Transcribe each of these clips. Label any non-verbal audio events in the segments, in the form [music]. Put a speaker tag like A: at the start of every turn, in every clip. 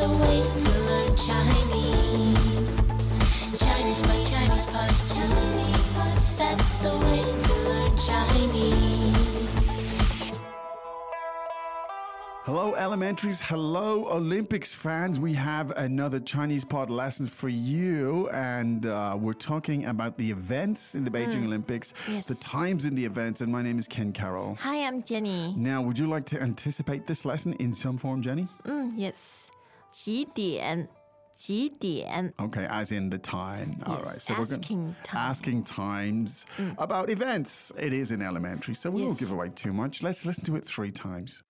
A: a way to learn Chinese. Chinese pot, Chinese pot, Chinese pot. That's the way to learn Chinese.
B: Hello, elementaries. Hello, Olympics fans. We have another Chinese pod lesson for you, and uh, we're talking about the events in the Beijing Olympics,
C: Hmm. Yes.
B: the times in the events, and my name is Ken Carroll.
C: Hi, I'm Jenny.
B: Now, would you like to anticipate this lesson in some form, Jenny?
C: 嗯，Yes，几点？几点
B: Okay, as in the time. All
C: Yes,
B: right, so we're
C: asking
B: going
C: time. Mm.
B: asking times about events. It is in elementary, so we won't
C: Yes.
B: give away too much. Let's listen to it three times.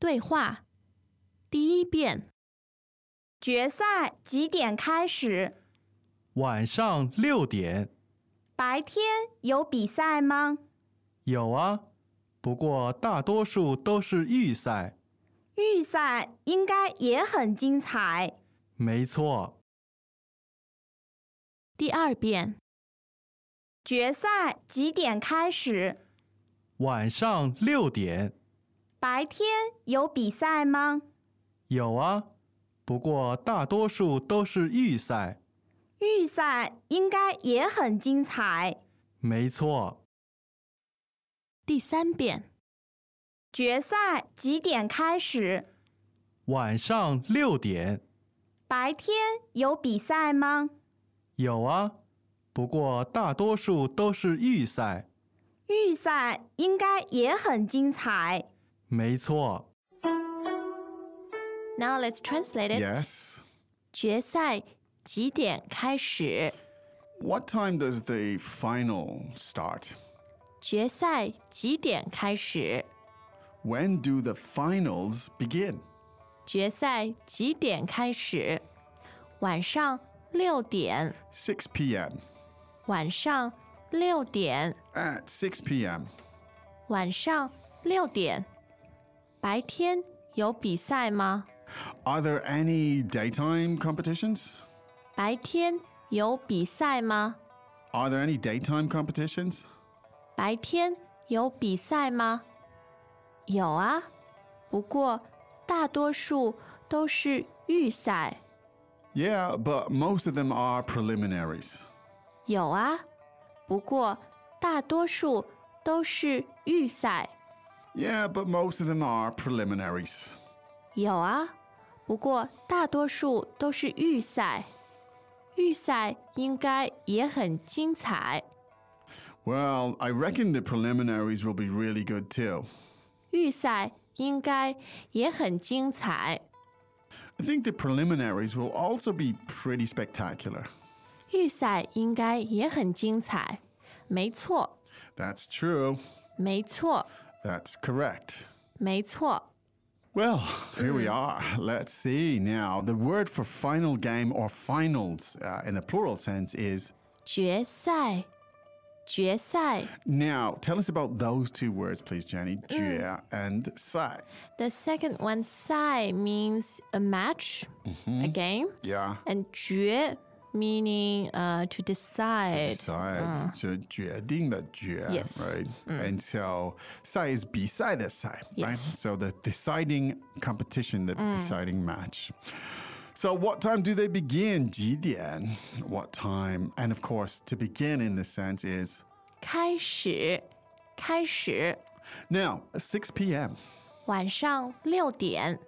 C: 对话？第一遍，
D: 决赛几点开始？
E: 晚上六点
D: 白天有比赛吗？
E: 有啊，不过大多数都是预赛。
D: 预赛应该也很精彩。
E: 没错，
C: 第二遍，
D: 决赛几点开始？
E: 晚上六点
D: 白天有比赛吗？
E: 有啊，不过大多数都是预赛。
D: 预赛应该也很精彩。
E: 没错，
C: 第三遍，
D: 决赛几点开始？
E: 晚上六点
D: 白天有比赛吗？
E: 有啊，不过大多数都是预赛。
D: 预赛应该也很精彩。
E: 没错，
C: Now let's translate it.
B: Yes.
C: 决赛几点开始？
B: What time does the final start?
C: 决赛几点开始？
B: When do the finals begin?
C: 决赛几点开始？晚上六点，
B: 6 p.m.
C: 晚上六点，
B: At 6 p.m.
C: 晚上六点。白天有比赛吗？
B: Are there any daytime competitions?
C: 白天有比赛吗？
B: Are there any daytime competitions?
C: 白天有比赛吗？有啊，不过大多数都是预赛。
B: Yeah, but most of them are preliminaries.
C: 有啊，不过大多数都是预赛。
B: Yeah, but most of them are preliminaries.
C: 有啊，不过大多数都是预赛。预赛应该也很精彩。
B: Well, I reckon the preliminaries will be really good too.
C: 预赛应该也很精彩。
B: I think the preliminaries will also be pretty spectacular.
C: 预赛应该也很精彩。没错，
B: That's true.
C: 没错，
B: That's correct.
C: 没错。
B: Well, here we are. Let's see now. The word for final game or finals uh, in the plural sense is
C: 决赛，决赛
B: now. Tell us about those two words, please, Jenny.
C: Mm.
B: Jia and Sai.
C: The second one, 赛 means a match, a game,
B: Yeah.
C: and 决 meaning uh, to decide.
B: Besides, so 决定的决,
C: Ah. Yes. Mm.
B: right? And so, 赛 is beside a 赛, right?
C: Yes. Mm.
B: So the deciding competition, the deciding match. So what time do they begin? 几点? What time? And of course, to begin in this sense is
C: 开始，开始，
B: now 6 p.m.
C: 晚上六点，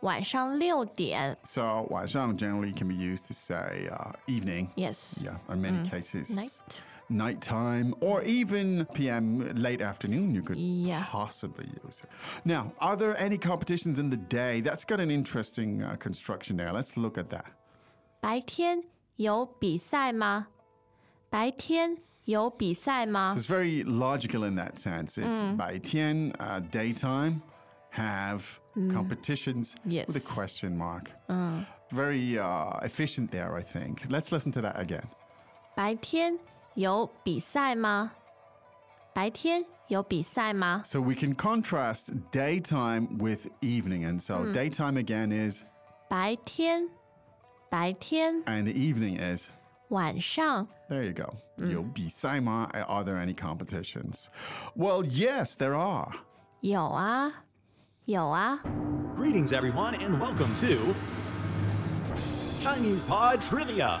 C: 晚上六点。
B: So 晚上 generally can be used to say uh, evening.
C: Yes,
B: Yeah, in many cases.
C: Mm-hmm. night.
B: Nighttime or even PM, late afternoon, you could
C: Yeah.
B: possibly use it. Now, are there any competitions in the day? That's got an interesting uh, construction there. Let's look at that.
C: 白天有比赛吗？白天有比赛吗
B: So it's very logical in that sense. It's
C: Mm.
B: 白天, uh, daytime, have competitions with a
C: Mm. Yes. Ah.
B: question mark. Very uh, efficient there, I think. Let's listen to that again.
C: 白天有比赛吗？白天有比赛吗？
B: So we can contrast daytime with evening. And so daytime again is,
C: 白天，白天，
B: and evening is.
C: 晚上
B: There you go. You'll be uh, Saima. Are there any competitions? Well, yes, there are.
C: 有啊，有啊，
F: Greetings, everyone, and welcome to Chinese Pod Trivia.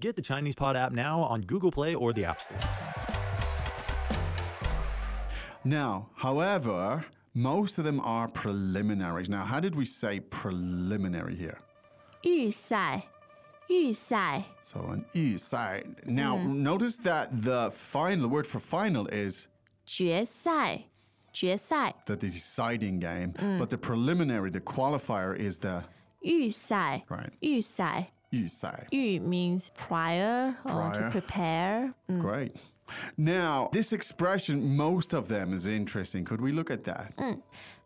F: Get the Chinese Pod app now on Google Play or the App Store.
B: Now, however, most of them are preliminaries. Now, how did we say preliminary here?
C: 预赛，预赛，
B: So an yu side. Now, notice that the final the word for final is
C: 决赛，决赛，
B: the deciding game, but the preliminary, the qualifier is the
C: 预赛
B: Right.
C: 预赛。
B: yu side.
C: 预 means prior, or
B: Prior.
C: to prepare.
B: Great. Now, this expression, most of them is interesting. Could we look at that?
C: Mm.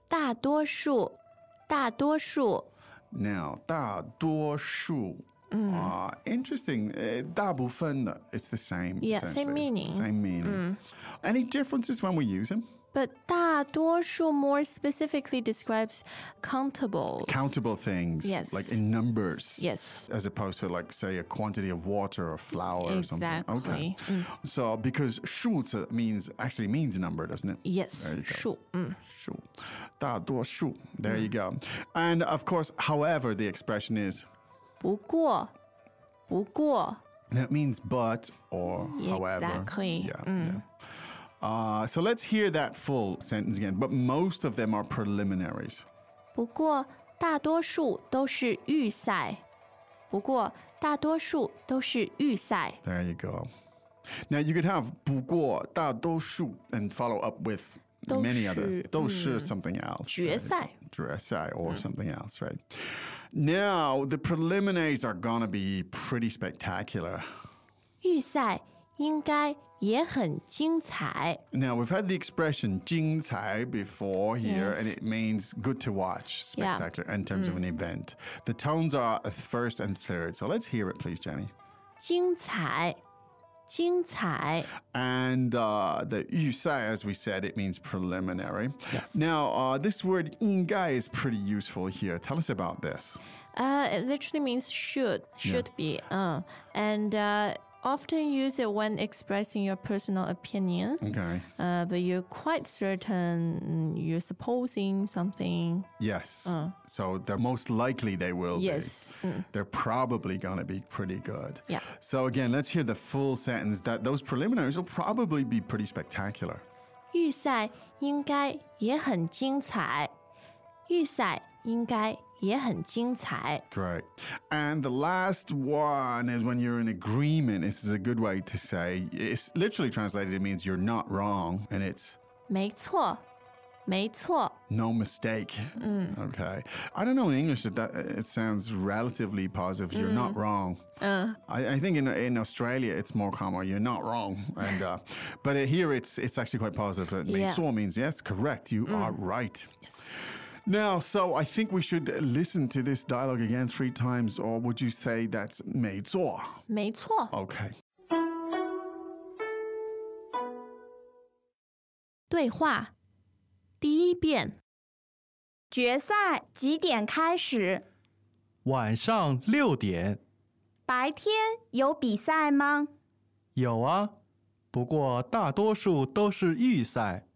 C: 大多数，大多数，
B: Now, 大多数
C: Mm.
B: Ah, interesting. Uh, 大部分的, it's the same.
C: Yeah, same
B: essentially.
C: meaning. Mm.
B: Same meaning. Any differences when we use them?
C: but 大多数 more specifically describes countable.
B: Countable things,
C: Yes.
B: like in numbers.
C: Yes.
B: As opposed to, like, say, a quantity of water or flour or something. Okay.
C: Exactly. Mm.
B: So, because 数字 means actually means number, doesn't it?
C: Yes,
B: There you go.
C: 数，嗯，
B: 数,大多数. There you go.
C: Mm.
B: And of course, however, the expression is
C: 不过，不过，
B: That means but or however.
C: Exactly. Mm.
B: Yeah. yeah. Uh, so let's hear that full sentence again. But most of them are preliminaries.
C: 不过，大多数都是预赛。不过，大多数都是预赛。
B: There you go. Now you could have 不过,大多数 and follow up with many other
C: 都是，
B: 都是 something else.
C: 决赛。Mm.
B: 决赛 or something else, right? Now the preliminaries are gonna be pretty spectacular.
C: 预赛应该也很精彩。
B: Now we've had the expression "精彩" before here, and
C: Yes.
B: it means good to watch,
C: Yeah. Mm.
B: spectacular in terms of an event. The tones are a first and third, so let's hear it, please, Jenny.
C: 精彩，精彩，
B: And uh, the "yusai," as we said, it means preliminary. Now uh, this word "应该" is pretty useful here. Tell us about this.
C: Uh, it literally means should, should be. Uh, and uh, often use it when expressing your personal opinion,
B: Okay.
C: uh, but you're quite certain you're supposing something.
B: Yes. So they're most likely they will
C: Uh. Yes. Mm.
B: be. They're probably going to be pretty good.
C: Yeah.
B: So again, let's hear the full sentence that those preliminaries will probably be pretty spectacular.
C: 预赛应该也很精彩，预赛应该也很精彩。
B: Great. And the last one is when you're in agreement. This is a good way to say it's literally translated, it means you're not wrong and it's
C: 没错，没错，
B: no mistake. Okay. I don't know in English that, that it sounds relatively positive. You're not wrong. I, I think in, in Australia it's more common. You're not wrong, and uh, [laughs] but here it's it's actually quite positive. It means,
C: Yeah.
B: so means yes, correct. You are right. Now, so I think we should listen to this dialogue again three times, or would you say that's 没错?
C: 没错。
B: Okay.
C: 对话，第一遍，
D: 决赛几点开始？
E: 晚上六点
D: 白天有比赛吗？
E: 有啊，不过大多数都是预赛。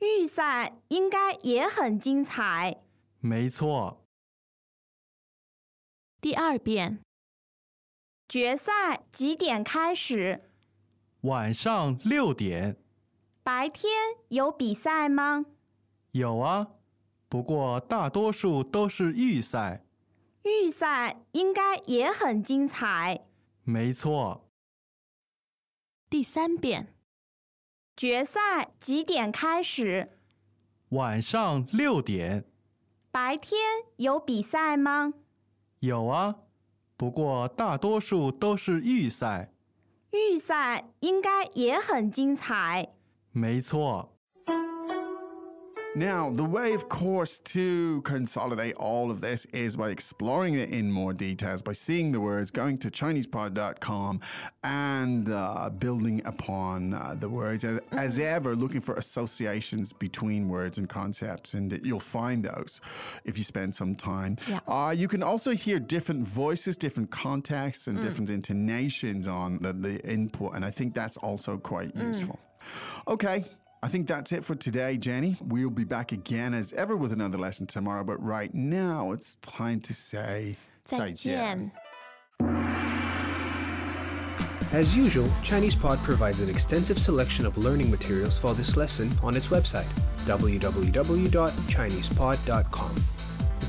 D: 预赛应该也很精彩。
E: 没错，
C: 第二遍，
D: 决赛几点开始？
E: 晚上六点
D: 白天有比赛吗？
E: 有啊，不过大多数都是预赛。
D: 预赛应该也很精彩。
E: 没错，
C: 第三遍，
D: 决赛几点开始？
E: 晚上六点
D: 白天有比赛吗？
E: 有啊，不过大多数都是预赛。
D: 预赛应该也很精彩。
E: 没错，
B: Now, the way, of course, to consolidate all of this is by exploring it in more details, by seeing the words, going to ChinesePod.com, and uh, building upon uh, the words as, as ever, looking for associations between words and concepts, and that you'll find those if you spend some time.
C: Yeah.
B: Uh, you can also hear different voices, different contexts, and different intonations on the, the input, and I think that's also quite useful. Okay. I think that's it for today, Jenny. We'll be back again as ever with another lesson tomorrow, but right now it's time to say
C: 再见。
G: As usual, ChinesePod provides an extensive selection of learning materials for this lesson on its website, www.chinesepod.com. You